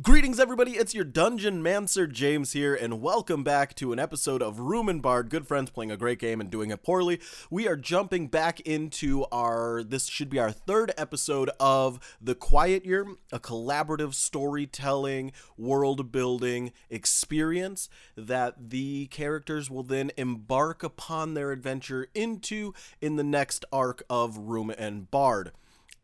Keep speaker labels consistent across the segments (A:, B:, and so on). A: Greetings, everybody. It's your Dungeon Mancer James here, and welcome back to an episode of Room and Bard. Good friends playing a great game and doing it poorly. We are jumping back into our. This should be our third episode of The Quiet Year, a collaborative storytelling, world building experience that the characters will then embark upon their adventure into in the next arc of Room and Bard.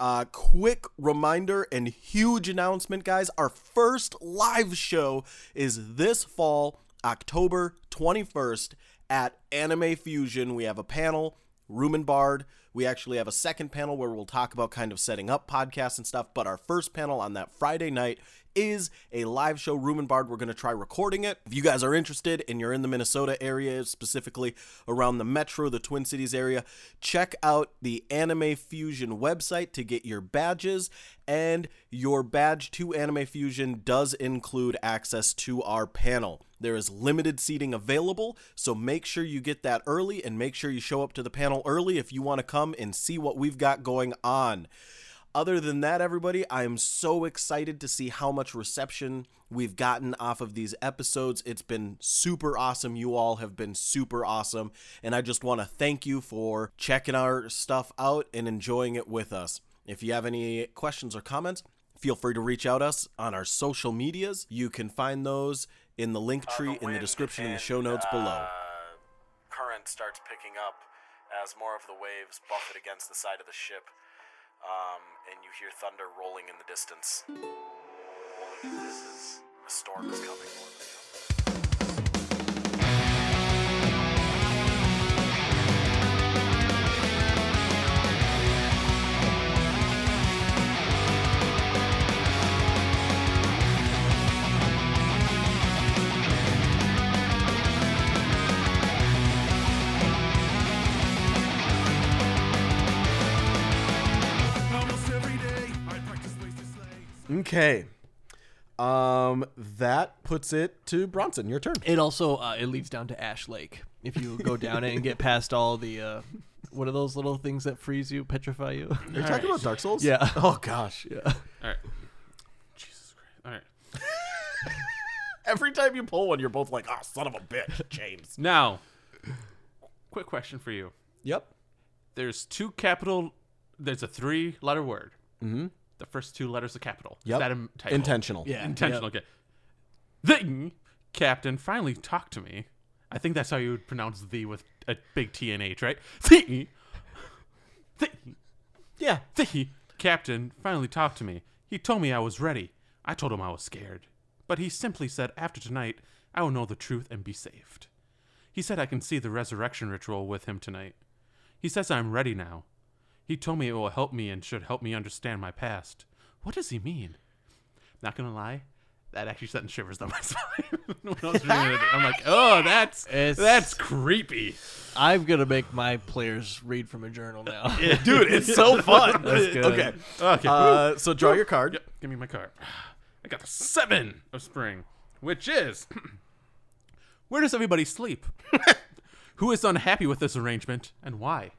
A: Uh, quick reminder and huge announcement, guys. Our first live show is this fall, October 21st at Anime Fusion. We have a panel, Room and Bard. We actually have a second panel where we'll talk about kind of setting up podcasts and stuff. But our first panel on that Friday night is a live show, Room and Bard. We're going to try recording it. If you guys are interested and you're in the Minnesota area, specifically around the metro, the Twin Cities area, check out the Anime Fusion website to get your badges. And your badge to Anime Fusion does include access to our panel. There is limited seating available, so make sure you get that early and make sure you show up to the panel early if you want to come and see what we've got going on other than that everybody i am so excited to see how much reception we've gotten off of these episodes it's been super awesome you all have been super awesome and i just want to thank you for checking our stuff out and enjoying it with us if you have any questions or comments feel free to reach out us on our social medias you can find those in the link tree in the
B: wind
A: description in the
B: and,
A: show notes below
B: uh, Current starts picking up as more of the waves buffet against the side of the ship, um, and you hear thunder rolling in the distance. Rolling in the distance. A storm is coming. more than a thunder.
C: Almost every day, I practice ways to slay.
A: uh, okay um that puts it to bronson your turn
D: It also uh, it leads down to Ash Lake. If you go down it and get past all the uh, what are those little things that freeze you, petrify you?
A: Are you talking about Dark Souls?
D: Yeah.
A: Oh gosh.
D: yeah.
E: All right. Jesus Christ. All right.
A: Every time you pull one, you're both like, "Ah, son of a bitch, James."
E: Now, quick question for you.
A: yep.
E: There's two capital. There's a three-letter word. Mm-hmm. The first two letters are capital. Is
A: Yep.
E: that Im- typo?
A: Intentional.
D: Yeah.
E: Intentional. Okay. The captain finally talked to me. I think that's how you would pronounce the with a big T and H, right? The, the,
A: Yeah.
E: the captain finally talked to me. He told me I was ready. I told him I was scared. But he simply said, after tonight, I will know the truth and be saved. He said I can see the resurrection ritual with him tonight. He says I'm ready now. He told me it will help me and should help me understand my past. What does he mean? Not gonna lie, that actually sent shivers down my spine. when I was reading it, I'm like, oh, that's
D: It's-
E: that's creepy,
D: I'm gonna make my players read from a journal now.
A: Dude, it's so fun.
D: That's good.
A: Okay.
E: Okay,
A: Uh, so draw your card.
E: Yep, give me my card. I got the seven of spring, which is where does everybody sleep? Who is unhappy with this arrangement and why?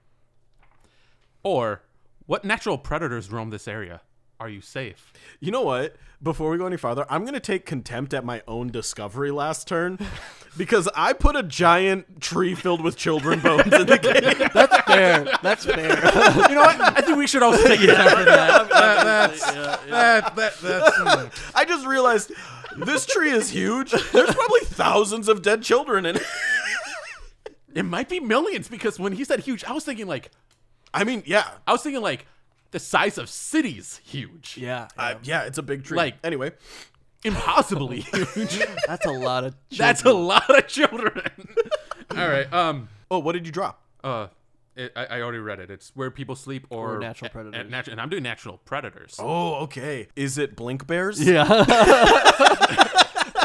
E: Or what natural predators roam this area? Are you safe?
A: You know what? Before we go any farther, I'm gonna take contempt at my own discovery last turn because I put a giant tree filled with children bones in the game.
D: That's fair. That's fair.
E: You know what? I think we should also take yeah.
D: After that,
E: that's, That, that, that's
A: I just realized this tree is huge. There's probably thousands of dead children in it.
E: it might be millions because when he said huge, I was thinking like
A: I mean, yeah,
E: I was thinking like the size of cities huge.
D: yeah,
A: I, yeah, it's a big tree.
E: Like-
A: anyway,
E: Impossibly huge.
D: that's a lot of.
E: That's a lot of children. All right. Um.
A: oh, what did you draw?
E: Uh. It, I, I already read it. It's where people sleep or,
D: Or natural
E: a- a-
D: predators.
E: natu- and I'm doing natural predators.
A: Oh, okay. Is it blink bears?
D: yeah.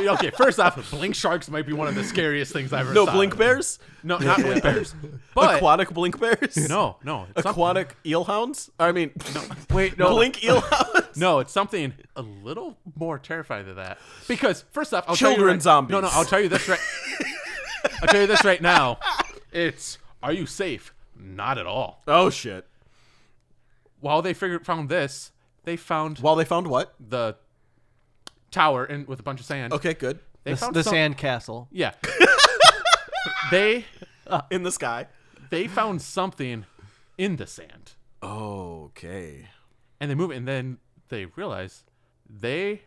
E: okay. First off, blink sharks might be one of the scariest things I've ever.
A: No,
E: saw.
A: blink bears?
E: No, not blink bears. But
A: Aquatic blink bears?
E: no, no, it's some-
A: Aquatic eel hounds? I mean,
D: Wait, no.
A: blink eel hounds?
E: no, it's something a little more terrifying than that. Because first off, I'll tell you
A: Children
E: right,
A: zombies.
E: No, no, I'll tell you this right. I'll tell you this right now. It's are you safe? Not at all.
A: Oh, shit.
E: While they figured found this, they found
A: While they found what?
E: the tower and with a bunch of sand.
A: Okay, good.
E: They
D: The,
E: found
D: the
E: some-
D: sand castle.
E: Yeah. they
A: In the sky.
E: they found something in the sand,
A: Okay.
E: and they move it, and then they realize they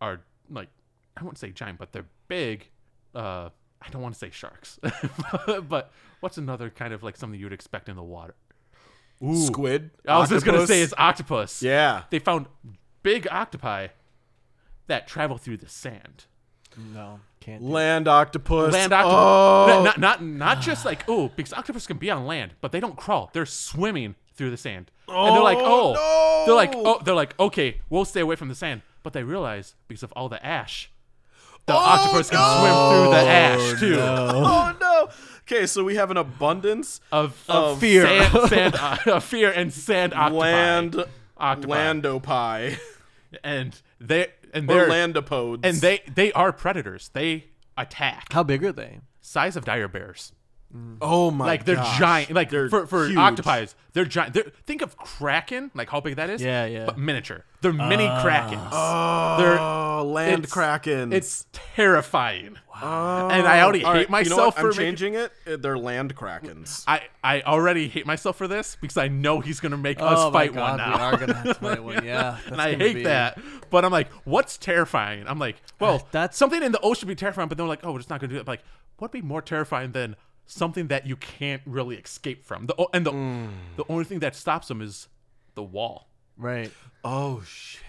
E: are like I won't say giant, but they're big. Uh, I don't want to say sharks, but what's another kind of like something you'd expect in the water? Ooh,
A: Squid.
E: I was just gonna
A: octopus.
E: say it's octopus.
A: Yeah.
E: they found big octopi that travel through the sand.
D: No, can't. do
A: Land octopus.
E: Land octopus.
A: Oh.
E: Not, not not just like oh, because octopus can be on land, but they don't crawl. They're swimming through the sand, and they're like
A: Oh,
E: oh, they're like
A: no.
E: oh, they're like okay, we'll stay away from the sand. But they realize because of all the ash, the octopus can swim through the ash too.
A: oh no. Okay, so we have an abundance
E: Of,
A: Of
D: fear.
E: sand, sand, uh, of fear and sand octopi.
A: land
E: octopi,
A: landopi
E: and they and
A: or
E: they're
A: landopodes.
E: and they they are predators. They attack
D: How big are they?
E: size of dire bears.
A: oh my
E: like they're
A: gosh.
E: giant. Like
A: They're
E: for for
A: huge.
E: octopi, they're giant. They're, think of kraken, like how big that is.
D: Yeah, yeah. Ah.
E: But miniature. They're mini krakens.
A: Oh, land
E: it's-
A: kraken.
E: it's terrifying.
A: Oh.
E: and I already
A: All
E: hate
A: right, you know what?
E: myself for
A: I'm
E: making-
A: changing it. Uh, They're land krakens.
E: I I already hate myself for this because I know he's gonna make us
D: oh my
E: fight
D: God,
E: one now.
D: We are gonna have to fight one. Yeah, that's
E: and I
D: gonna
E: hate
D: be-
E: that. But I'm like, what's terrifying? I'm like, well,
D: That's-
E: that's something in the ocean would be terrifying, but they're like, oh, we're just not gonna do that. But like, what'd be more terrifying than something that you can't really escape from? The o- and the the only thing that stops them is the wall.
D: Right.
A: oh shit!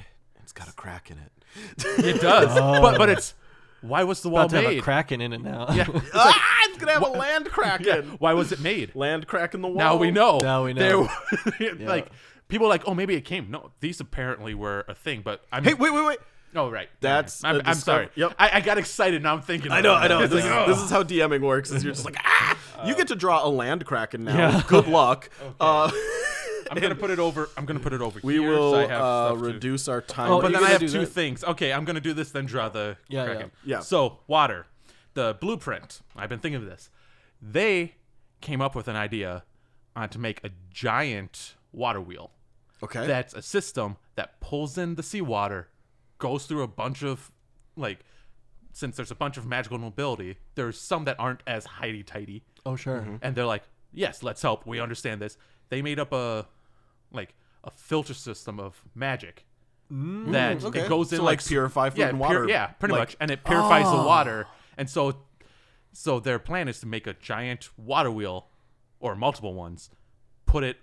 A: It's got a crack in it.
E: It does, but but it's why was the wall
D: About to have a
E: made?
D: kraken in it now.
E: yeah,
A: ah, it's gonna have a land kraken.
E: yeah. Why was it made?
A: Land kraken the wall.
E: Now we know.
D: Now we know.
E: There- Like people are like, oh, maybe it came. No, these apparently were a thing. But I'm
A: Hey, wait, wait, wait.
E: Oh right,
A: That's
E: I'm,
A: a
E: I'm sorry.
A: discover- Yep.
E: I, I got excited. Now I'm thinking.
A: I know,
E: about
A: I know.
E: it.
A: This,
E: It's like,
A: this
E: oh.
A: is how DMing works. Is you're just like, ah, you get to draw a land kraken now. Good luck. Uh,
E: I'm gonna put it over. I'm gonna put it over
A: we
E: here.
A: will
E: so I have
A: uh,
E: stuff to-
A: reduce our time.
D: Oh,
E: But
D: you
E: then I
D: gotta
E: have
D: do
E: two
D: that.
E: things. Okay, I'm gonna do this, then draw the
D: Yeah,
E: Kraken.
A: yeah. Yeah.
E: So water, the blueprint. I've been thinking of this. They came up with an idea on to make a giant water wheel.
A: okay.
E: That's a system that pulls in the seawater, goes through a bunch of like. Since there's a bunch of magical nobility, there's some that aren't as hidey tighty.
D: Oh sure.
A: Mm-hmm.
E: and they're like, "Yes, let's help. We understand this." They made up a like a filter system of magic that
A: Mm, okay.
E: it goes in
A: So, like,
E: s-
A: purify food
E: yeah,
A: and
E: pur-
A: water,
E: yeah, pretty
A: like- ah.
E: much, and it purifies the water. And so, so their plan is to make a giant water wheel, or multiple ones, put it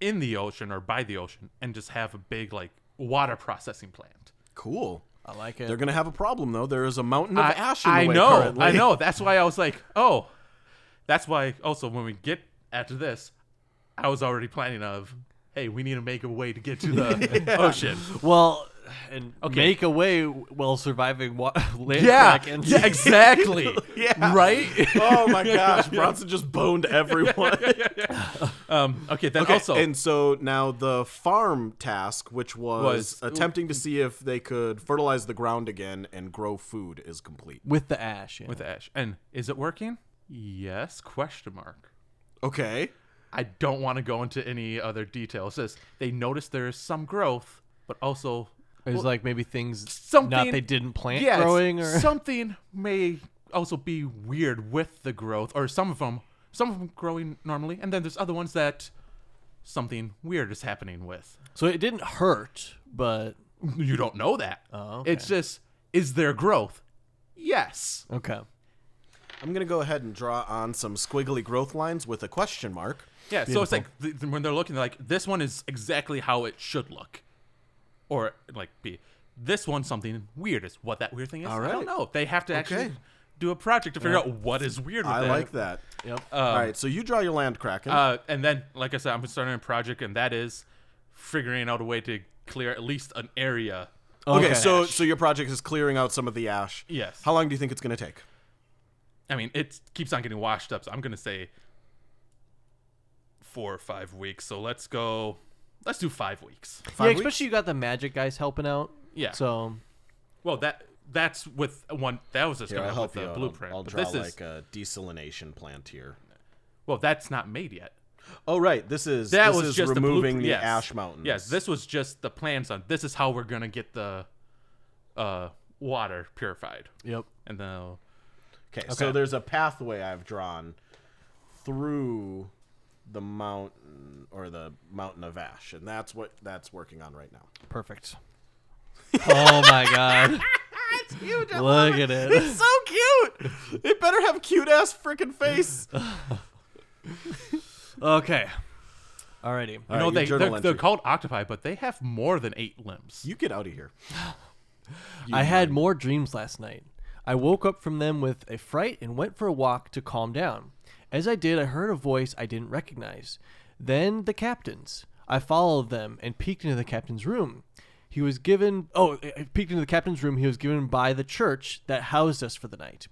E: in the ocean or by the ocean, and just have a big like water processing plant.
A: cool.
D: I like it.
A: They're gonna have a problem though. There is a mountain of
E: I,
A: ash in the
E: I
A: way
E: know,
A: currently.
E: I know. That's why I was like, oh, that's why. Also, when we get after this, I was already planning of, hey, we need to make a way to get to the ocean.
D: well, and make a way while surviving wa- land
E: Yeah,
D: krakens.
E: yeah, exactly.
A: Yeah.
E: right.
A: Oh my gosh, Bronson just boned everyone.
E: Um, okay, then
A: Okay,
E: also,
A: and so now the farm task, which was,
E: Was-
A: attempting to see if they could fertilize the ground again and grow food, is complete.
D: With the ash. Yeah.
E: with Ash, and is it working? Yes? Question mark.
A: Okay.
E: I don't want to go into any other details. It says they notice there is some growth, but also
D: It was like maybe things
E: something
D: not they didn't plant
E: Yeah, it's-
D: growing or
E: something may also be weird with the growth or some of them some of them growing normally and then there's other ones that something weird is happening with
D: so it didn't hurt, but
E: you don't know that
D: Oh, okay.
E: it's just is there growth yes
D: okay.
A: I'm gonna go ahead and draw on some squiggly growth lines with a question mark.
E: yeah so it's like th- th- when they're looking they're like this one is exactly how it should look or like be this one something weird is what that weird thing is
A: All
E: i don't
A: right.
E: know they have to actually
A: Okay.
E: do a project to figure out what is weird with
A: I
E: that.
A: like that.
D: Yep.
A: All right, so you draw your land kraken.
E: Um, Uh, and then, like I said, I'm starting a project, and that is figuring out a way to clear at least an area.
A: okay,
D: okay.
A: so so your project is clearing out some of the ash.
E: Yes.
A: How long do you think it's gonna take?
E: I mean, it keeps on getting washed up, so I'm gonna say four or five weeks. So let's go. Let's do five weeks.
A: Five
D: yeah,
A: weeks?
D: especially you got the magic guys helping out.
E: Yeah.
D: So
E: Well, that that's with one. That was just
A: Here,
E: gonna
A: I'll help
E: with
A: you.
E: the
A: out.
E: blueprint.
A: I'll, I'll
E: but
A: draw
E: this
A: like
E: is
A: a desalination plant here.
E: well, that's not made yet.
A: Oh right, this is
E: That
A: this
E: was
A: is
E: just
A: removing
E: the, blueprint.
A: the
E: Yes.
A: ash mountains.
E: Yes, this was just the plans on. This is how we're gonna get the uh water purified.
D: Yep.
E: And then
A: Okay, so there's a pathway I've drawn through the mountain or the mountain of ash, and that's what that's working on right now.
D: Perfect. oh my god. Look at it.
F: so cute. It better have cute ass freaking face.
D: Okay. Alrighty.
E: you know
A: right, your
E: they
A: journal
E: they're, they're
A: entry.
E: called octopi, but they have more than eight limbs.
A: You get out of here.
D: I had more dreams last night. I woke up from them with a fright and went for a walk to calm down. As I did, I heard a voice I didn't recognize. Then the captain's. I followed them and peeked into the captain's room. He was given oh, I I peeked into the captain's room he was given by the church that housed us for the night.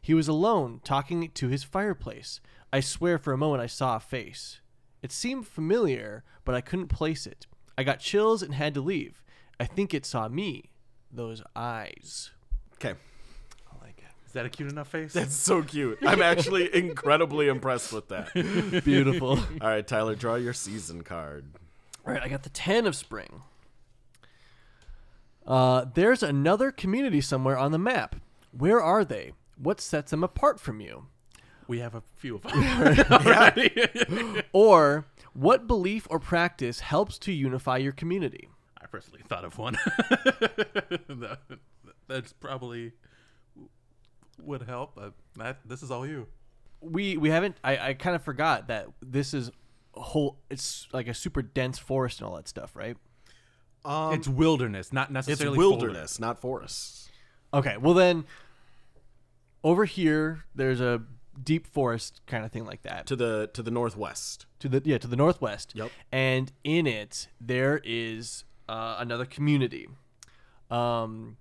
D: He was alone, talking to his fireplace. I swear for a moment I saw a face. It seemed familiar, but I couldn't place it. I got chills and had to leave. I think it saw me. Those eyes.
A: Okay,
D: I like it.
E: Is that a cute enough face?
A: that's so cute. I'm actually incredibly impressed with that.
D: Beautiful. All
A: All right, Tyler, draw your season card.
D: right, I got the 10 of spring. Uh, there's another community somewhere on the map. Where are they? What sets them apart from you?
E: we have a few of them.
D: Or what belief or practice helps to unify your community?
E: I personally thought of one. That- That's probably would help. Uh, Matt, this is all you.
D: we we haven't I, I kind of forgot that this is a whole it's like a super dense forest and all that stuff right
F: Um,
E: it's wilderness, not
A: It's
E: necessarily
A: wilderness, not forests.
D: okay well then over here there's a deep forest kind of thing like that
A: To the to the northwest.
D: to the yeah to the northwest.
A: Yep.
D: And in it there is uh, another community. Um,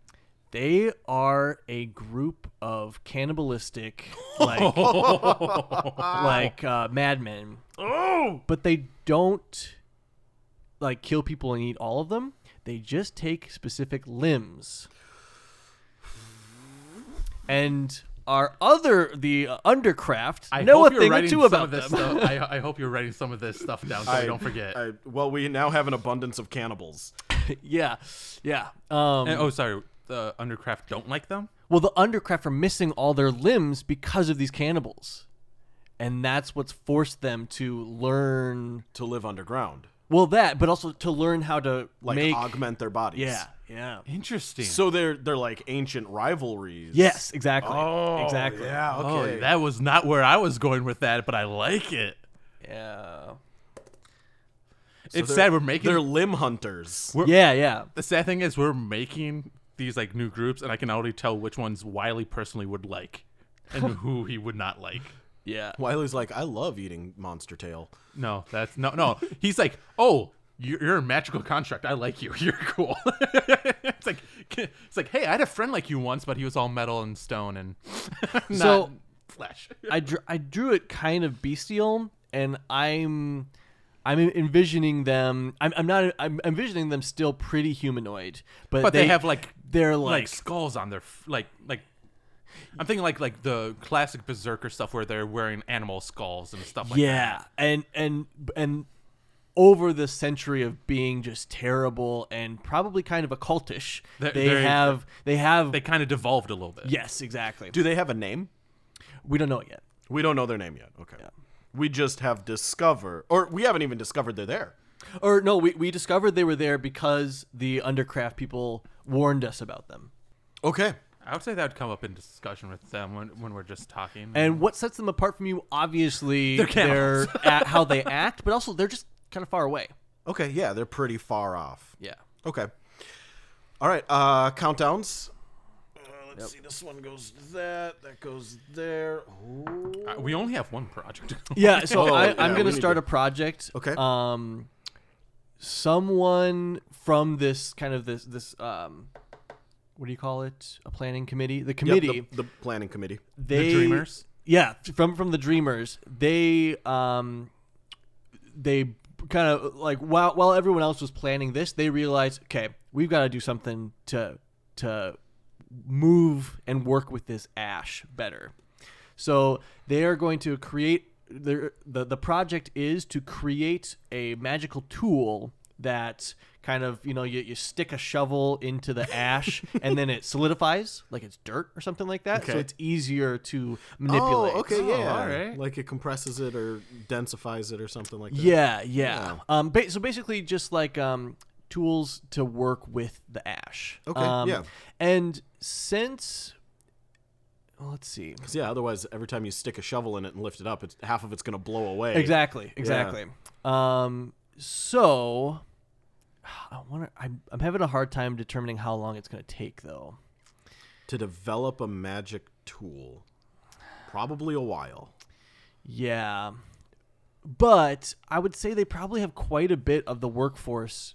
D: they are a group of cannibalistic like like uh, madmen. Oh. But they don't like kill people and eat all of them. They just take specific limbs. And our other the uh, undercraft
E: I
D: know a
E: hope you're
D: thing or
E: writing
D: two
E: some
D: about
E: of this
D: them.
E: stuff- I, I hope you're writing some of this stuff down so I, don't forget.
A: I, well, we now have an abundance of cannibals.
D: Yeah, yeah. Um,
E: And- oh, sorry. The undercraft don't like them.
D: well, the undercraft are missing all their limbs because of these cannibals, and that's what's forced them to learn.
A: to live underground,
D: Well, that, but also to learn how to
A: like
D: make.
A: augment their bodies.
D: yeah, yeah.
E: Interesting.
A: So they're they're like ancient rivalries.
D: Yes, exactly.
A: Oh,
D: exactly.
A: Yeah.
E: oh,
A: Okay.
E: that was not where I was going with that, but I like it.
D: Yeah.
E: it's
A: they're-
E: sad we're making.
A: they're limb hunters.
D: Yeah, yeah.
E: the sad thing is we're making these like new groups, and I can already tell which ones Wiley personally would like, and who he would not like.
D: Yeah.
A: Wiley's like, I love eating monster tail.
E: No, that's no, no. He's like, oh, you're, you're a magical construct. I like you. You're cool. it's like, it's like, hey, I had a friend like you once, but he was all metal and stone and not
D: So-
E: flesh.
D: I drew, I drew it kind of bestial, and I'm I'm envisioning them. I'm, I'm not. I'm envisioning them still pretty humanoid, but
E: But they have, like-
D: they're
E: like,
D: like
E: skulls on their f- like like. I'm thinking like like the classic berserker stuff where they're wearing animal skulls and stuff like that.
D: yeah and and and over the century of being just terrible and probably kind of occultish
E: They're-
D: they
E: they're-
D: have they have
E: They kind of devolved a little bit.
D: yes exactly
A: Do they have a name?
D: we don't know it yet
A: We don't know their name yet. Okay. We just have discovered, or we haven't even discovered they're there.
D: or no we, we discovered they were there because the undercraft people warned us about them
A: Okay.
E: I would say that would come up in discussion with them when, when we're just talking.
D: and what sets them apart from you obviously
E: They're cannibals.
D: at how they act but also they're just kind of far away
A: Okay. Yeah, they're pretty far off.
D: yeah
A: Okay. All right. Uh, countdowns.
B: Uh, Let's see, this one goes to that, that goes there.
E: Uh, we only have one project.
D: yeah so
A: Oh,
D: I,
A: yeah,
D: i'm
A: we
D: gonna
A: need
D: start
A: to-
D: a project
A: Okay.
D: um someone from this kind of this this um what do you call it a planning committee the
A: Yep,
D: committee
A: the, the planning committee.
D: they
E: Dreamers?
D: yeah from from the dreamers they um they kind of like while while everyone else was planning this they realized okay we've got to do something to to move and work with this ash better so they are going to create their the the project is to create a magical tool that kind of you know you, you stick a shovel into the ash and then it solidifies like it's dirt or something like that so
F: Okay.
D: it's easier to manipulate
F: Oh, okay, yeah.
E: all right.
A: Like it compresses it or densifies it or something like that.
D: yeah yeah um ba- so basically just like um tools to work with the ash
A: Okay,
D: Um,
A: yeah.
D: and since well, let's see
A: 'Cause, yeah, otherwise every time you stick a shovel in it and lift it up, it's half of it's gonna blow away.
D: Exactly. Exactly. Um. So, I want to. I'm, I'm having a hard time determining how long it's going to take, though.
A: To develop a magic tool. Probably a while.
D: Yeah. But I would say they probably have quite a bit of the workforce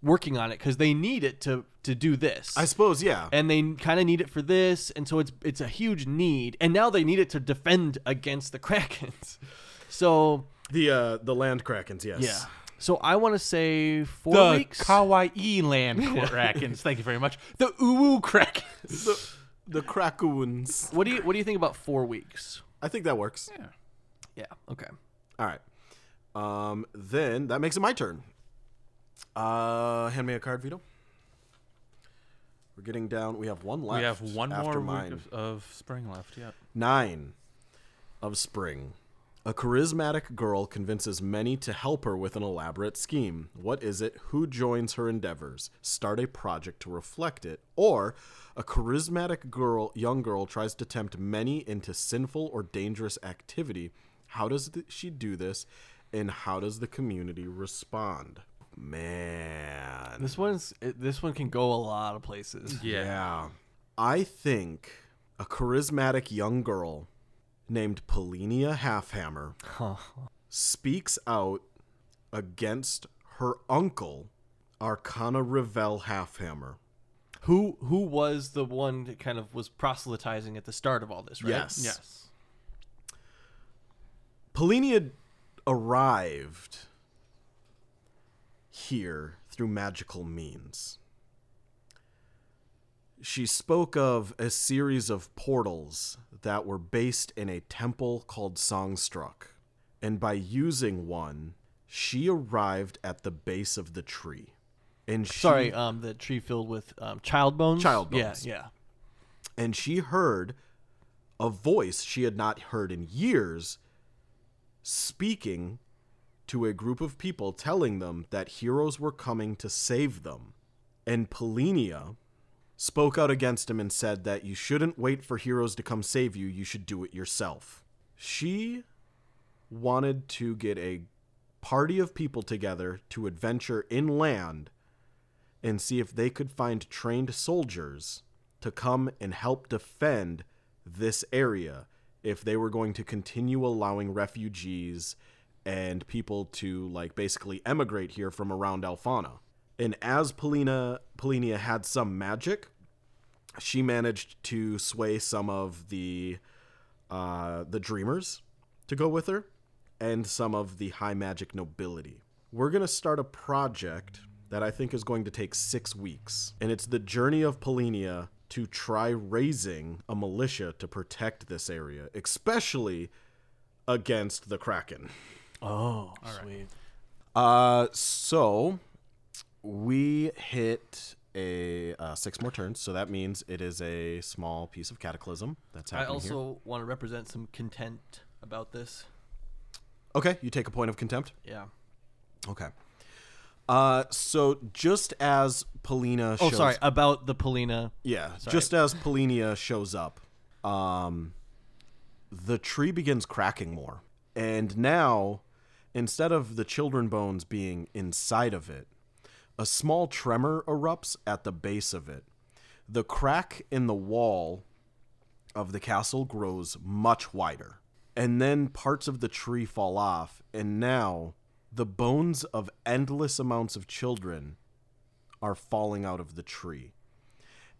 D: working on it because they need it to to do this.
A: I suppose, yeah.
D: and they kind of need it for this, and so it's it's a huge need, and now they need it to defend against the krakens. So
A: The uh the land krakens, yes.
D: yeah, so I want to say four
E: The
D: weeks.
E: Kawaii Land Krakens. Thank you very much. The Uwu Krakens.
A: The krakoons.
D: what do you what do you think about four weeks?
A: I think that works.
D: Yeah. Okay.
A: All right. Um then that makes it my turn. Uh hand me a card, Vito. We're getting down. We have one left.
E: We have one
A: after
E: more
A: mine.
E: week of, of spring left. Yep.
A: Nine of Spring. A charismatic girl convinces many to help her with an elaborate scheme. What is it? Who joins her endeavors? Start a project to reflect it. Or a charismatic girl, young girl tries to tempt many into sinful or dangerous activity. How does th- she do this? And how does the community respond? Man.
D: This one's it- this one can go a lot of places.
E: Yeah.
A: Yeah. I think a charismatic young girl named Polinia Halfhammer speaks out against her uncle, Arcana Revel Halfhammer.
D: Who who was the one that kind of was proselytizing at the start of all this, right?
A: Yes.
E: Yes.
A: Polinia arrived here through magical means. She spoke of a series of portals that were based in a temple called Songstruck, and by using one, she arrived at the base of the tree. And she,
D: Sorry, um, the tree filled with um, child bones.
A: Child bones.
D: Yeah, yeah.
A: and she heard a voice she had not heard in years speaking to a group of people telling them that heroes were coming to save them. And Polinia spoke out against him and said that you shouldn't wait for heroes to come save you, you should do it yourself. She wanted to get a party of people together to adventure inland and see if they could find trained soldiers to come and help defend this area if they were going to continue allowing refugees and people to like basically emigrate here from around Alfana. And as Polina Polinia had some magic, she managed to sway some of the uh, the dreamers to go with her and some of the high magic nobility. We're going to start a project that I think is going to take six weeks, and it's the journey of Polinia to try raising a militia to protect this area, especially against the Kraken.
D: Oh, sweet.
A: Uh, so we hit a uh, six more turns, so that means it is a small piece of cataclysm that's
D: I
A: happening here.
D: also want to represent some content about this.
A: Okay, you take a point of contempt.
D: Yeah.
A: Okay. Uh, so just as Polina,
D: Oh,
A: shows,
D: sorry about the Polina.
A: yeah, just as Polinia shows up, um, the tree begins cracking more, and now instead of the children bones being inside of it, a small tremor erupts at the base of it. The crack in the wall of the castle grows much wider. And then parts of the tree fall off, and now the bones of endless amounts of children are falling out of the tree.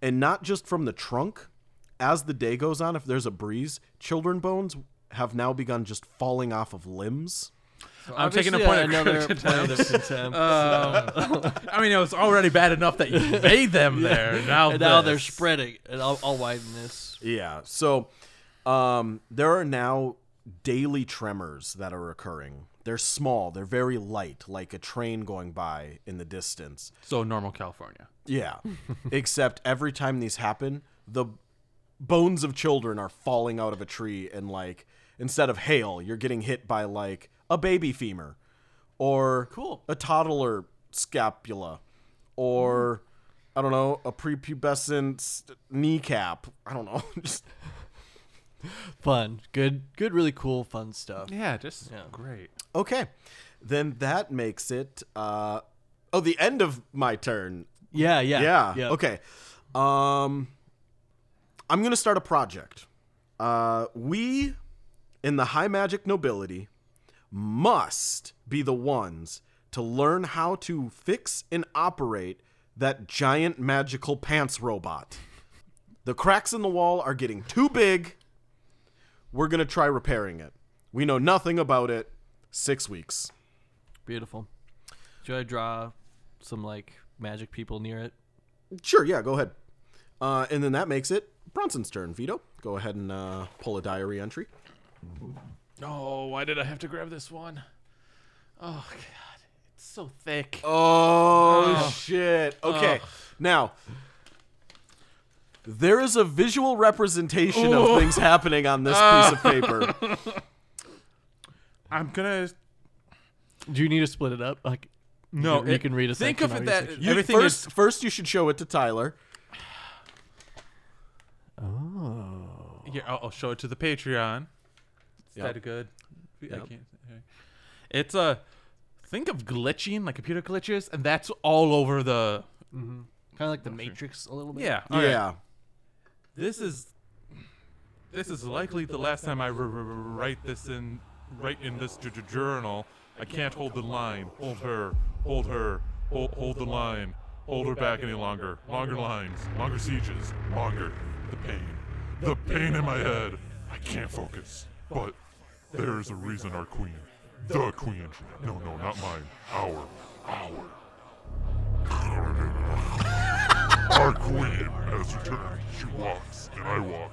A: And not just from the trunk. As the day goes on, if there's a breeze, children bones have now begun just falling off of limbs.
D: So
E: I'm taking a
D: obviously,
E: point
D: uh,
E: of
D: another
E: content.
D: point of contempt.
E: Uh, I mean, it was already bad enough that you made them there. Now,
D: and now they're
E: this.
D: spreading, and I'll, I'll widen this.
A: Yeah. So um, there are now daily tremors that are occurring. They're small, they're very light, like a train going by in the distance.
E: So normal California.
A: Yeah. Except every time these happen, the bones of children are falling out of a tree and like instead of hail, you're getting hit by like a baby femur or
D: Cool.
A: a toddler scapula or I don't know, a prepubescent s- kneecap. I don't know. Just
D: Fun. Good. Good. Really cool. Fun stuff.
E: Yeah, just great.
A: Okay. Then that makes it uh oh the end of my turn.
D: Yeah. Yeah.
A: Yeah.
D: yeah.
A: Okay. Um I'm going to start a project. Uh we in the high magic nobility must be the ones to learn how to fix and operate that giant magical pants robot. The cracks in the wall are getting too big. We're going to try repairing it. We know nothing about it. 6 weeks.
D: Beautiful. Should I draw some like magic people near it?
A: Sure, yeah, go ahead. Uh, and then that makes it Bronson's turn. Vito, go ahead and uh, pull a diary entry.
E: Oh, why did I have to grab this one? Oh god, it's so thick.
A: Oh, shit. Okay, now there is a visual representation of things happening on this
E: Ah.
A: piece of paper.
E: I'm gonna
D: Do you need to split it up? Like,
E: no.
D: you can read a
E: Think
D: section, I'll read
E: of it
D: a
E: that
D: section.
A: You,
E: everything
A: first,
E: is
A: first you should show it to Tyler.
E: here. I'll, I'll show it to the Patreon. Is
A: Yep.
E: that good? I can't. alright. It's a think of glitching like computer glitches, and that's all over the
D: kind of like the Matrix a little bit.
E: yeah. alright.
A: yeah.
E: This is this is likely the last time I r- r- r- write this in write in this j- j- journal. I can't hold the line. Hold her. Hold her. Hold, hold the line. Hold her back any longer. Longer lines. Longer sieges. Longer. The pain. The pain in my head. I can't focus. But there is a reason our queen, the queen. No, no, not mine. Our, our. Our queen has returned. She walks, and I walk.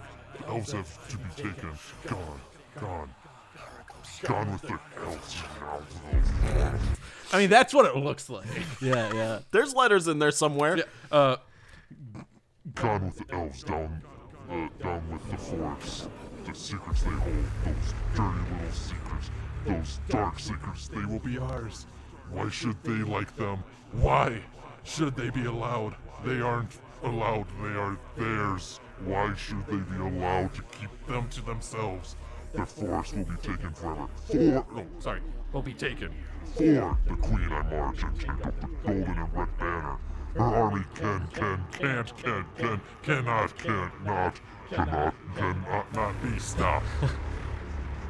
E: Elves have to be taken. Gone. Gone. Gone with the elves. I mean, that's what it looks like.
D: Yeah. Yeah.
A: There's letters in there somewhere.
E: Uh,
G: Gone with the elves down, uh, down with the forest. The secrets they hold, those dirty little secrets, those dark secrets, they will be ours. Why should they like them? Why should they be allowed? They aren't allowed, they are theirs. Why should they be allowed to keep them to themselves? The forest will be taken forever. For, no,
E: sorry. Will be taken.
G: for the queen I march and take up the golden and red banner. Her army can, can, can't, can, can, cannot, can't, not, cannot, cannot, not be stopped.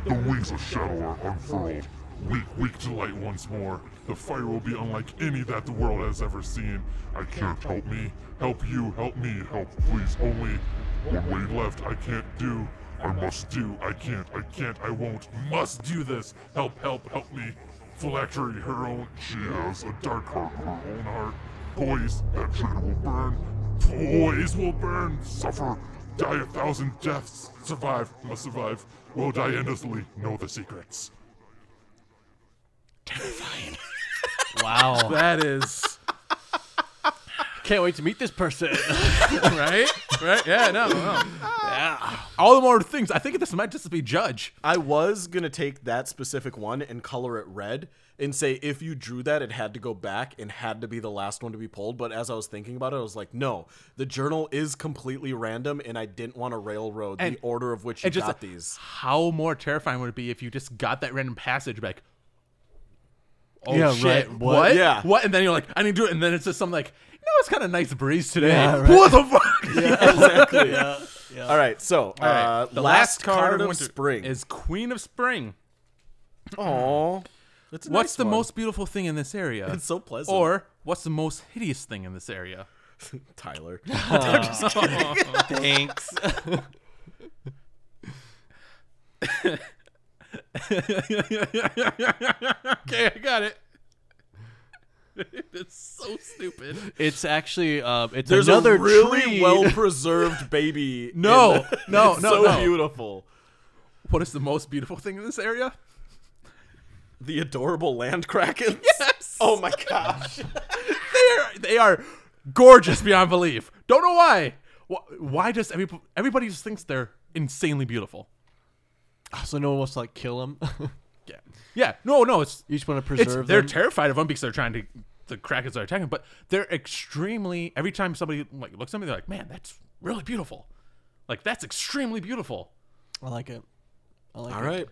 G: The wings of shadow are unfurled, weak, weak to light once more. The fire will be unlike any that the world has ever seen. I can't help me, help you, help me, help please. Only one way left. I can't do. I must do. I can't. I can't. I won't. Must do this. Help! Help! Help me. Phylactery, her own. She has a dark heart, her own heart. Poise, that traitor will burn. Poise will burn. Suffer. Die a thousand deaths. Survive. Must survive. Will die endlessly. Know the secrets.
D: Wow.
E: That is
D: Can't wait to meet this person.
E: right. Right. Yeah. No. No. Yeah. All the more things. I think this might just be judge.
A: I was gonna take that specific one and color it red and say if you drew that, it had to go back and had to be the last one to be pulled. But as I was thinking about it, I was like, no, the journal is completely random, and I didn't want to railroad
E: And-
A: the order of which you
E: and just-
A: got these.
E: How more terrifying would it be if you just got that random passage like, oh
D: Yeah,
E: shit,
D: right,
E: what?
D: what?
A: Yeah.
E: what? And then you're like, I need to do it, and then it's just some like, no, it's kind of nice breeze today.
D: Yeah, right.
E: What the fuck?
A: exactly. All right, so
E: All
A: Uh,
E: right,
A: last, card, of spring
E: is Queen of Spring.
A: Aww.
E: What's the most beautiful thing in this area?
A: It's so pleasant.
E: Or what's the most hideous thing in this area?
A: Tyler?
D: Thanks.
E: okay, I got it. it's so stupid.
D: It's actually um, it's
A: There's
D: another
A: a really
D: tree.
A: well preserved baby. in
E: No,
A: the-
E: no,
A: It's so
E: no, no.
A: beautiful.
E: What is the most beautiful thing in this area?
F: The adorable land krakens.
E: Yes.
F: Oh my gosh.
E: they are they are gorgeous beyond belief. Don't know why. Wh- Why does every, everybody just thinks they're insanely beautiful?
D: So no one wants to like kill them.
E: Yeah. Yeah. No, no, it's
D: you just want to
E: it's,
D: preserve
E: they're
D: them.
E: terrified of them because they're trying to the Krakens are attacking, but they're extremely every time somebody like looks at me, they're like, Man, that's really beautiful. Like that's extremely beautiful.
D: I like it. I like
A: All
D: it.
A: right.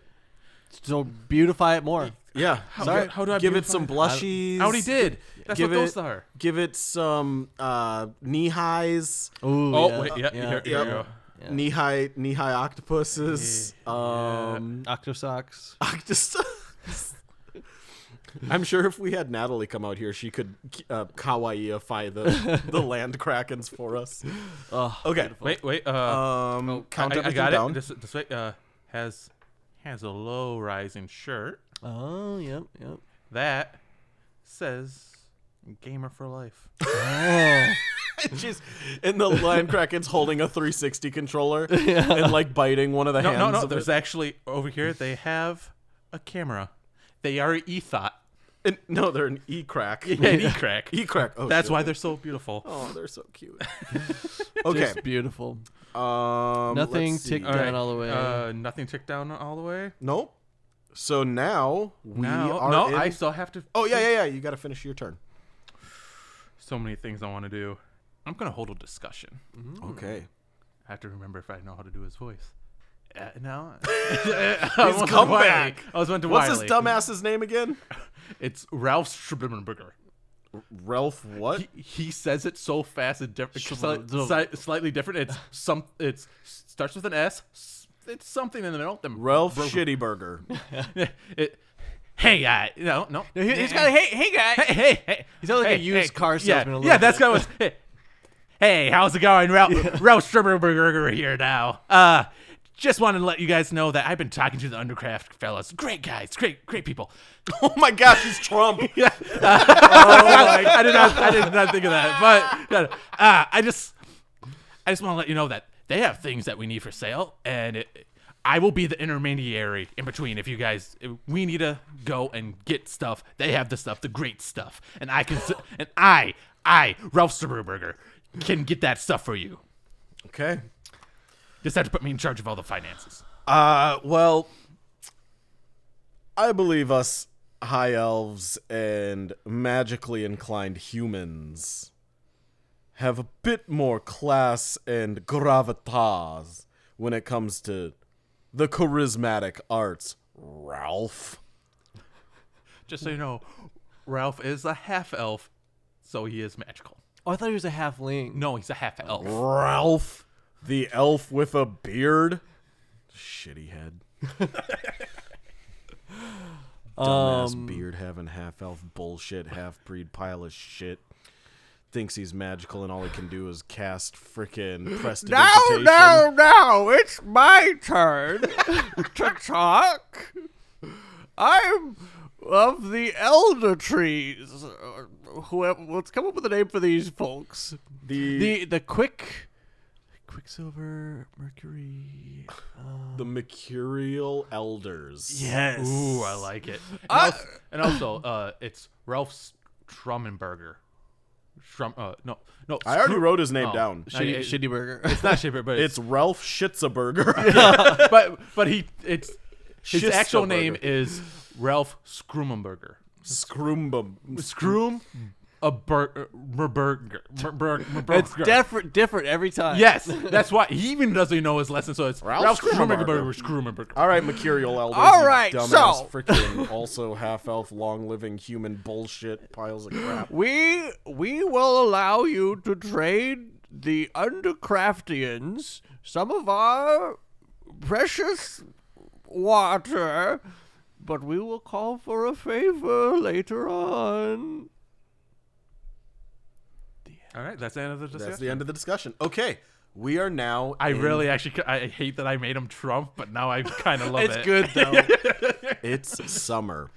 D: So beautify it more.
A: Yeah.
E: How,
A: Sorry.
E: do, how do I
A: give it
E: beautify
A: some blushies.
E: Howdy did. That's
A: give
E: what those
A: it,
E: are.
A: Give it some uh, knee highs,
D: Ooh,
E: Oh
D: yeah.
E: wait, yeah, here, here
A: yeah.
E: you go.
A: knee high, knee high octopuses. Um,
D: Octosocks.
A: octus. I'm sure if we had Natalie come out here, she could uh, kawaiiify the the land krakens for us. okay.
E: Wait, wait, uh
A: Um, count
E: Oh, I, I
A: everything
E: got
A: down.
E: it. This, this way, uh, has has a low rising shirt
D: Oh, yep, yep.
E: that says "Gamer for Life."
D: Oh,
A: She's in the land krakens holding a 360 controller and like biting one of the
E: No,
A: hands.
E: no, no.
A: of
E: There's
A: it.
E: actually over here. They have a camera. They are ethot.
A: And- no, they're an e crack.
E: Yeah, an e-crack.
A: E crack. Oh,
E: That's
A: shit.
E: why they're so beautiful.
A: Oh, they're so cute. okay.
D: just beautiful.
A: Um,
D: Nothing
A: let's see.
D: tick- Down all the way.
E: Uh, nothing ticked down all the way.
A: Nope. So now we
E: No,
A: are.
E: no.
A: in-
E: I still have to.
A: Oh yeah, yeah, yeah. You got to finish your turn.
E: So many things I want to do. I'm gonna hold a discussion.
A: Okay.
E: I have to remember if I know how to do his voice. Uh, no.
A: His comeback.
E: I was went to
A: What's
E: Wiley.
A: this dumbass's name again?
E: It's Ralph Schrimmenberger.
A: Ralph. What?
E: He, he says it so fast and different,
D: Schwab-
E: slightly different. It's some. It's starts with an S. s- It's something in the middle. Then
A: Ralph Shittyburger.
E: It, hey guy, no, no.
D: No, he- he's got a hey, hey guy.
E: Hey, hey, hey.
D: He's not like a
E: hey,
D: used
E: hey.
D: car
E: yeah,
D: salesman a
E: Yeah,
D: little
E: that's
D: bit.
E: kind of what's. Hey, hey, how's it going, Ralph? Ralph Strimmerberger here now. Uh, just wanted to let you guys know that I've been talking to the Undercraft fellas. Great guys, great, great people.
A: oh my gosh, he's Trump.
E: I, I did not. I did not think of that. But uh, I just, I just want to let you know that they have things that we need for sale, and it, I will be the intermediary in between. If you guys, if we need to go and get stuff. They have the stuff, the great stuff, and I can, s- and I, I, Ralph Suberberger, can get that stuff for you.
A: okay.
E: Just have to put me in charge of all the finances.
A: Uh, well, I believe us high elves and magically inclined humans have a bit more class and gravitas when it comes to the charismatic arts, Ralph.
E: Just so you know, Ralph is a half elf, so he is magical.
D: Oh, I thought he was a halfling.
E: No, he's a half elf.
A: Ralph, the elf with a beard. Shitty head. Dumbass beard having half elf bullshit, half breed pile of shit. Thinks he's magical and all he can do is cast frickin' prestidigitation.
D: no! It's my turn to talk. I'm of the elder trees. Whoever, let's come up with a name for these folks.
A: The, the,
D: The the quick, Quicksilver, Mercury.
A: mercurial elders.
D: Yes.
E: Ooh, I like it. And, als- and also, uh, it's Ralph Strummenberger. Strum, uh, no, no.
A: I already
E: screw-
A: wrote his name
E: Oh.
A: down.
E: No,
D: Shitty,
E: it-
D: shitty burger.
E: It's not Schipper, but
A: It's
E: it's,
A: Ralph Schitzeberger.
E: but but he it's his actual
A: Schisteberger.
E: name is Ralph Scrumenberger.
A: Scroombum.
E: Scroom a uh, burger. It's
D: it's different, different every time.
E: Oh, Yes, that's why he even doesn't know his lesson. So it's
A: Ralph
E: Ralph
A: Scrummenberger. Uh,
E: Scrumenberger. Scrumenberger.
A: All right, Mercurial Elders.
D: All
A: you
D: right,
A: dumbass,
D: so-
A: freaking also half elf, long living human bullshit piles of crap.
D: We we will allow you to trade the undercraftians some of our precious water, but we will call for a favor later on.
E: All right, that's the end of the discussion.
A: That's the end of the discussion. Okay, we are now.
E: I
A: in-
E: really actually c- I hate that I made him Trump, but now I kind of love it.
D: It's good though.
A: It's summer.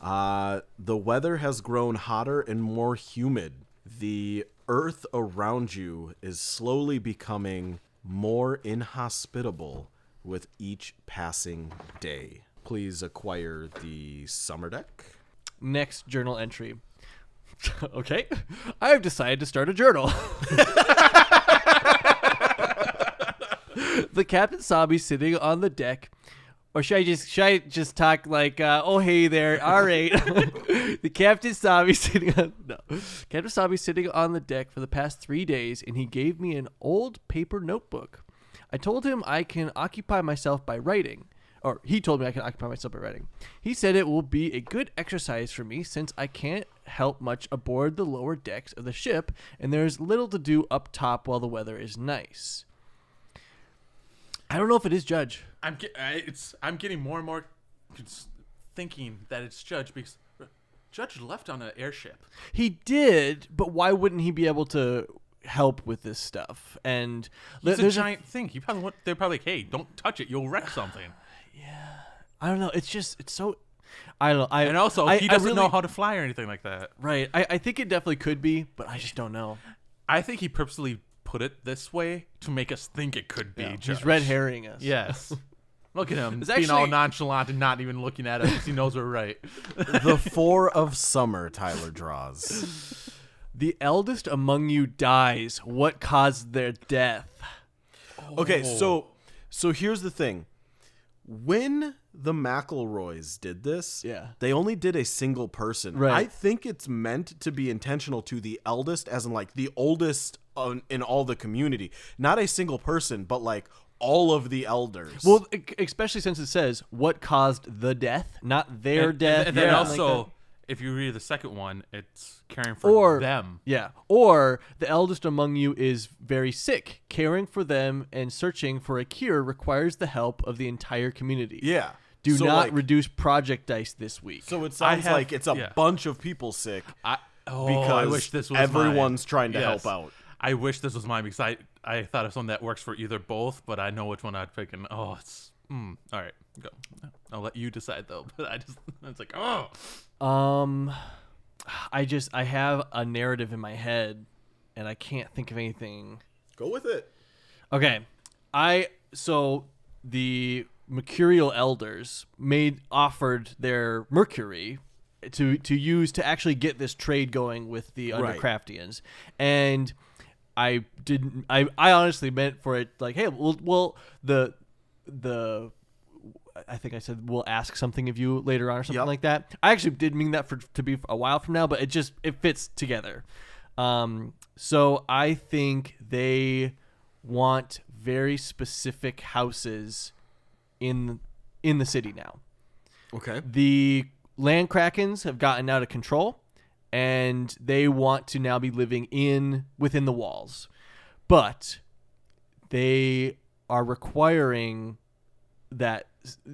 A: Uh, the weather has grown hotter and more humid. The earth around you is slowly becoming more inhospitable with each passing day. Please acquire the summer deck.
D: Next journal entry. okay, I have decided to start a journal. the Captain Sabi sitting on the deck. Or should I just should I just talk like uh, oh hey there all right the captain saw me sitting on no captain saw me sitting on the deck for the past three days and he gave me an old paper notebook I told him I can occupy myself by writing or he told me I can occupy myself by writing he said it will be a good exercise for me since I can't help much aboard the lower decks of the ship and there is little to do up top while the weather is nice I don't know if it is Judge.
E: I'm get, I, it's I'm getting more and more cons- thinking that it's Judge because uh, Judge left on an airship.
D: He did, but why wouldn't he be able to help with this stuff? And th-
E: It's a
D: there's
E: giant thing. He probably want, they're probably like, hey, don't touch it. You'll wreck something.
D: I don't know. It's just it's so. I don't. know. I,
E: And also,
D: I,
E: he
D: I
E: doesn't know
D: really-
E: how to fly or anything like that.
D: Right. I, I think it definitely could be, but I just don't know.
E: I think he purposely put it this way to make us think it could be. Judge.
D: He's red herring us.
E: Yes. Look at him
D: It's
E: being all
D: actually-
E: nonchalant and not even looking at us. 'cause He knows we're right.
A: The four of summer Tyler draws.
D: The eldest among you dies. What caused their death?
A: Okay, so so here's the thing. When the McElroys did this,
D: Yeah.
A: they only did a single person.
D: Right.
A: I think it's meant to be intentional to the eldest, as in like the oldest on, in all the community. Not a single person, but like all of the elders.
D: Well, e- especially since it says what caused the death, not their
E: And-
D: death.
E: And, and then
D: nothing like
E: also,
D: that.
E: if you read the second one, it's caring for
D: or
E: them.
D: Yeah. Or the eldest among you is very sick. Caring for them and searching for a cure requires the help of the entire community.
A: yeah.
D: Do
A: So,
D: not
A: like-
D: reduce project dice this week.
A: So it sounds
E: have-
A: like it's a
E: yeah.
A: bunch of people sick.
E: I, oh, I
A: Because
E: wish this was
A: everyone's
E: mine.
A: trying to help out.
E: I wish this was mine because I, I thought of something that works for either both, but I know which one I'd pick. And oh, it's mm, all right. Go. I'll let you decide though. But I just it's like oh,
D: um I just I have a narrative in my head and I can't think of anything.
A: Go with it.
D: Okay. I so the mercurial elders made offered their mercury to to use to actually get this trade going with the
A: Right.
D: undercraftians and I didn't I I honestly meant for it like hey well well the the I think I said we'll ask something of you later on or something
A: Yep.
D: like that. I actually did mean that for to be a while from now, but it just it fits together. Um, so I think they want very specific houses in in the city now.
A: Okay.
D: The land krakens have gotten out of control, and they want to now be living in within the walls, but they are requiring that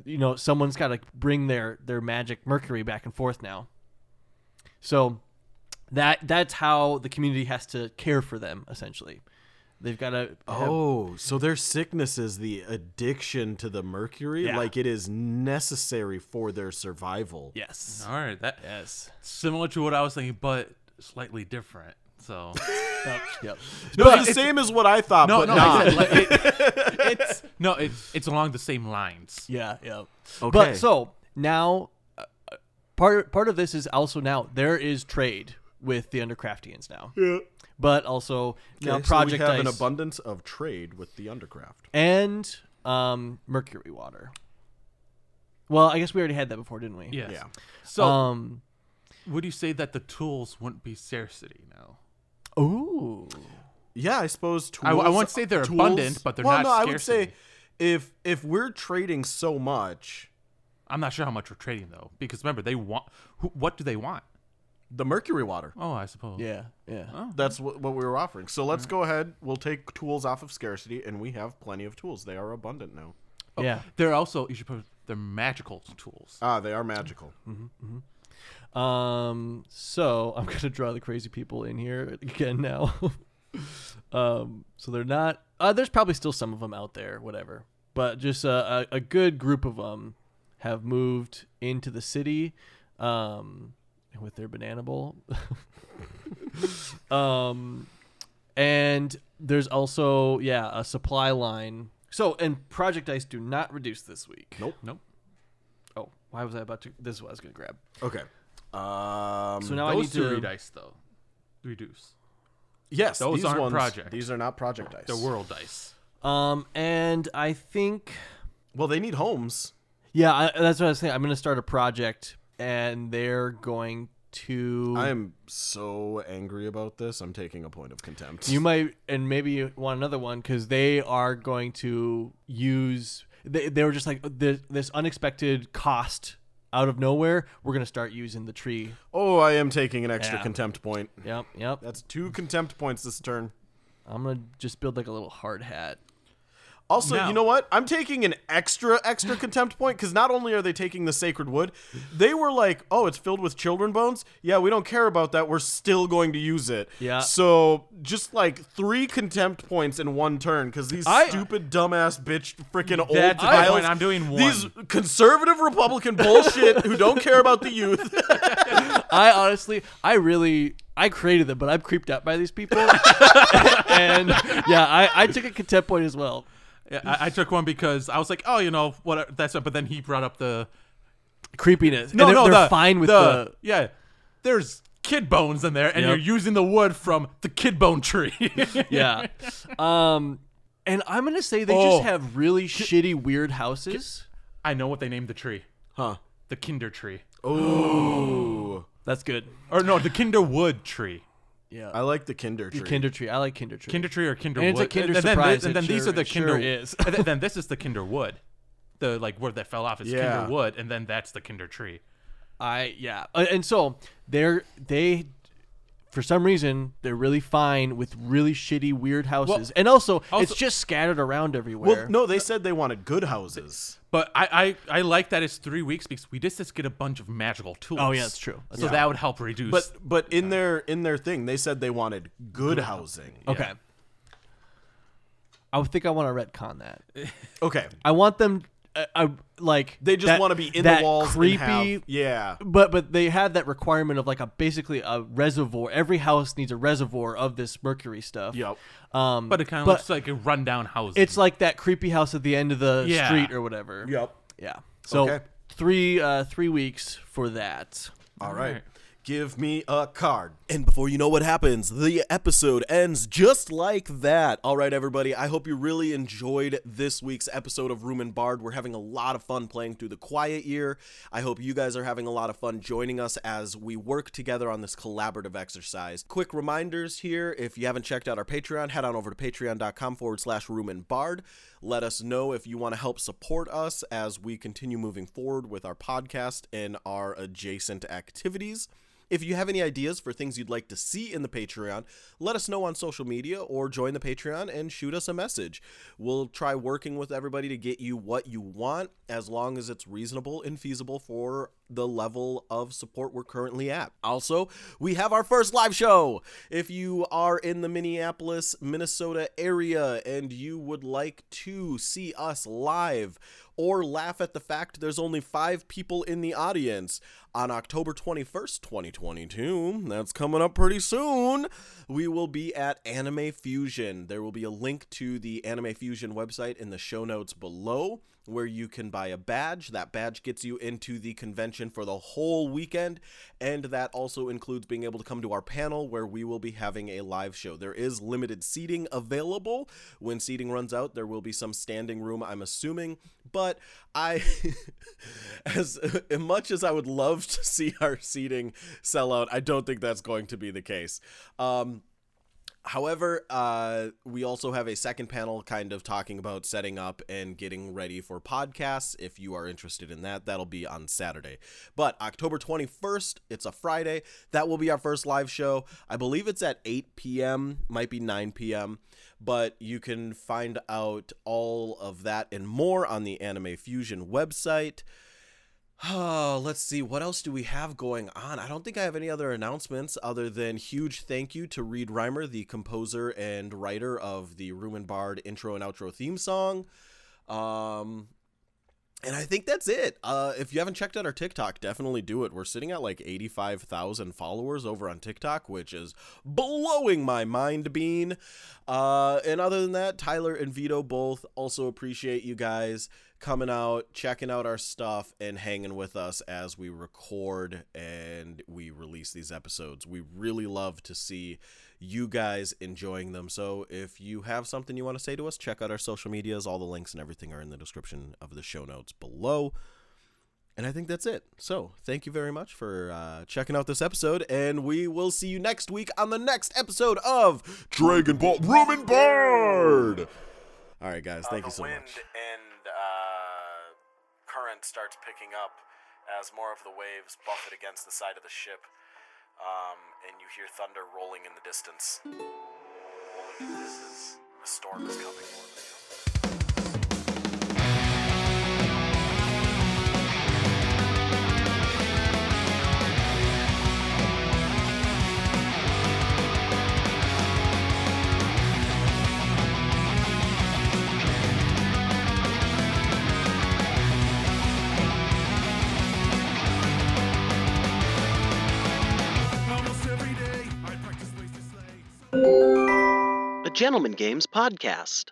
D: you know someone's got to bring their their magic mercury back and forth now. So that that's how the community has to care for them essentially. They've got to
A: Oh, so their sickness is the addiction to the mercury?
D: Yeah.
A: Like it is necessary for their survival.
D: yes.
E: all right. That
D: Yes.
E: similar to what I was thinking, but slightly different. So
D: Yep. yep.
A: No, it's the same as what I thought,
E: no,
A: but
E: no,
A: not.
E: it's, like, it- it's no, it's it's along the same lines.
D: Yeah, yeah.
A: Okay.
D: But so now, uh, uh, part part of this is also now there is trade with the Undercraftians now. Yeah. But also now
A: Okay, so
D: Project
A: we have an
D: Dice
A: abundance of trade with the undercraft.
D: and um, Mercury Water. Well, I guess we already had that before, didn't we?
E: Yes.
A: Yeah.
E: So
D: Um.
E: would you say that the tools wouldn't be scarcity now?
D: Ooh.
A: Yeah, I suppose tools.
E: I- I won't say they're abundant, but they're
A: well,
E: not
A: no, I would say
E: scarcity.
A: if if we're trading so much,
E: I'm not sure how much we're trading though, because remember they want. Who, what do they want?
A: the mercury water.
E: Oh, I suppose.
D: Yeah. Yeah.
A: That's what, what we were offering. So let's
E: Mm.
A: go ahead. We'll take tools off of scarcity, and we have plenty of tools. They are abundant now.
D: Yeah.
E: They're also you should put they're magical tools.
A: Ah, they are magical.
D: Um, so I'm gonna draw the crazy people in here again now. um, so they're not. Uh, there's probably still some of them out there, whatever. But just uh, a, a, a good group of them have moved into the city, um, with their banana bowl. um, and there's also yeah a supply line So, and Project Ice do not reduce this week.
H: Nope.
E: Nope.
D: Oh, why was I about to? This is what I was going to grab.
H: Okay.
A: Um,
D: So now I need
E: Those
D: to.
E: two read ice though. Reduce.
A: yes,
E: those
A: these
E: aren't
A: ones-
E: project.
A: These are not project dice.
E: The world dice.
D: Um, and I think,
A: Well, they need homes.
D: yeah, I, that's what I was saying. I'm going to start a project, and they're going to.
E: Hmm.
H: I'm so angry about this. I'm taking a point of contempt.
D: You might, and maybe you want another one because they are going to use. They, they were just like this, this unexpected cost out of nowhere. We're gonna start using the tree.
H: oh, I am taking an extra
D: Yeah.
H: contempt point.
D: Yep, yep.
H: That's two contempt points this turn.
D: I'm gonna just build like a little hard hat.
H: Also,
E: No.
H: you know what? I'm taking an extra, extra contempt point because not only are they taking the sacred wood, they were like, oh, it's filled with children bones? Yeah, we don't care about that. We're still going to use it.
D: Yeah.
H: So, just like three contempt points in one turn because these
D: I-
H: stupid, dumbass, bitch, freaking old
E: That's a good
H: piles-
E: point. I'm doing one.
H: These conservative Republican bullshit who don't care about the youth.
D: I honestly, I really, I created them, but I'm creeped out by these people. and yeah, I, I took a contempt point as well.
E: Yeah, I, I took one because I was like, oh, you know what? That's what. But then he brought up the
D: Creepiness. and they're, they're fine with the.
E: yeah. There's kid bones in there, and
D: Yep.
E: you're using the wood from the kid bone tree.
D: yeah. Um, and I'm gonna say they
E: Oh.
D: just have really shitty, weird houses.
E: I know what they named the tree.
H: Huh.
E: The Kinder tree,
D: That's good.
E: or no, the Kinder wood tree.
D: Yeah.
H: I like the Kinder tree.
D: Kinder tree. I like Kinder tree.
E: Kinder tree or Kinder
D: And it's a
E: wood.
D: Kinder
E: then thi-
D: surprise,
E: and
D: it
E: then these
D: sure-
E: are the
D: it
E: Kinder.
D: sure is.
E: and then, then this is the Kinder wood, the like word that fell off is
H: Yeah.
E: Kinder wood, and then that's the Kinder tree.
D: I yeah. Uh, And so they're they for some reason they're really fine with really shitty, weird houses. and also, it's
E: also-
D: just scattered around everywhere.
H: Well, no, they said they wanted good houses.
E: But I, I I like that it's three weeks because we just, just get a bunch of magical tools.
D: Oh, yeah, that's true. That's
E: so
D: true.
E: that would help reduce.
H: But but
D: Uh,
H: in their in their thing, they said they wanted good housing.
D: Okay. I would think I want to retcon that.
H: Okay.
D: I want them. I, I like
H: They just
D: that-
H: want to be in
D: that
H: the walls.
D: Creepy.
H: And have, yeah.
D: But but they have that requirement of like a basically a reservoir. Every house needs a reservoir of this mercury stuff.
H: Yep.
D: Um,
E: but it kind of
D: but-
E: looks like a rundown house.
D: it's like that creepy house at the end of the
E: Yeah.
D: street or whatever.
H: Yep.
D: Yeah. So
H: Okay.
D: three uh, three weeks for that.
H: All right. Give me a card.
A: And before you know what happens, the episode ends just like that. All right, everybody, I hope you really enjoyed this week's episode of Room and Bard. We're having a lot of fun playing through the quiet year. I hope you guys are having a lot of fun joining us as we work together on this collaborative exercise. Quick reminders here if you haven't checked out our Patreon, head on over to patreon.com forward slash room and bard. Let us know if you want to help support us as we continue moving forward with our podcast and our adjacent activities. If you have any ideas for things you'd like to see in the Patreon, let us know on social media or join the Patreon and shoot us a message. We'll try working with everybody to get you what you want as long as it's reasonable and feasible for the level of support we're currently at. Also, we have our first live show. If you are in the Minneapolis, Minnesota area and you would like to see us live, or laugh at the fact there's only five people in the audience on October 21st, 2022. That's coming up pretty soon. We will be at Anime Fusion. There will be a link to the Anime Fusion website in the show notes below where you can buy a badge. That badge gets you into the convention for the whole weekend, and that also includes being able to come to our panel where we will be having a live show. There is limited seating available. When seating runs out, there will be some standing room, I'm assuming, but I as much as I would love to see our seating sell out, I don't think that's going to be the case. Um However, uh, we also have a second panel kind of talking about setting up and getting ready for podcasts. If you are interested in that, that'll be on Saturday. But October 21st, it's a Friday. That will be our first live show. I believe it's at 8 p.m., might be 9 p.m., but you can find out all of that and more on the Anime Fusion website. Oh, let's see. What else do we have going on? I don't think I have any other announcements other than huge thank you to Reed Reimer, the composer and writer of the Room and Bard intro and outro theme song. Um, And I think that's it. Uh, if you haven't checked out our TikTok, definitely do it. We're sitting at like 85,000 followers over on TikTok, which is blowing my mind bean. Uh, and other than that, Tyler and Vito both also appreciate you guys coming out, checking out our stuff, and hanging with us as we record and we release these episodes. We really love to see you guys enjoying them. So if you have something you want to say to us, check out our social medias. All the links and everything are in the description of the show notes below. And I think that's it. So thank you very much for uh, checking out this episode, and we will see you next week on the next episode of Dragon Ball Room and Bard. All right, guys, thank
B: uh,
A: you
B: the
A: so
B: wind
A: much.
B: and uh, current starts picking up as more of the waves buffet against the side of the ship, um, and you hear thunder rolling in the distance. Rolling in the distance. A storm is coming. More than you.
G: Almost every day, I practice ways to slay.
I: A Gentleman Games podcast.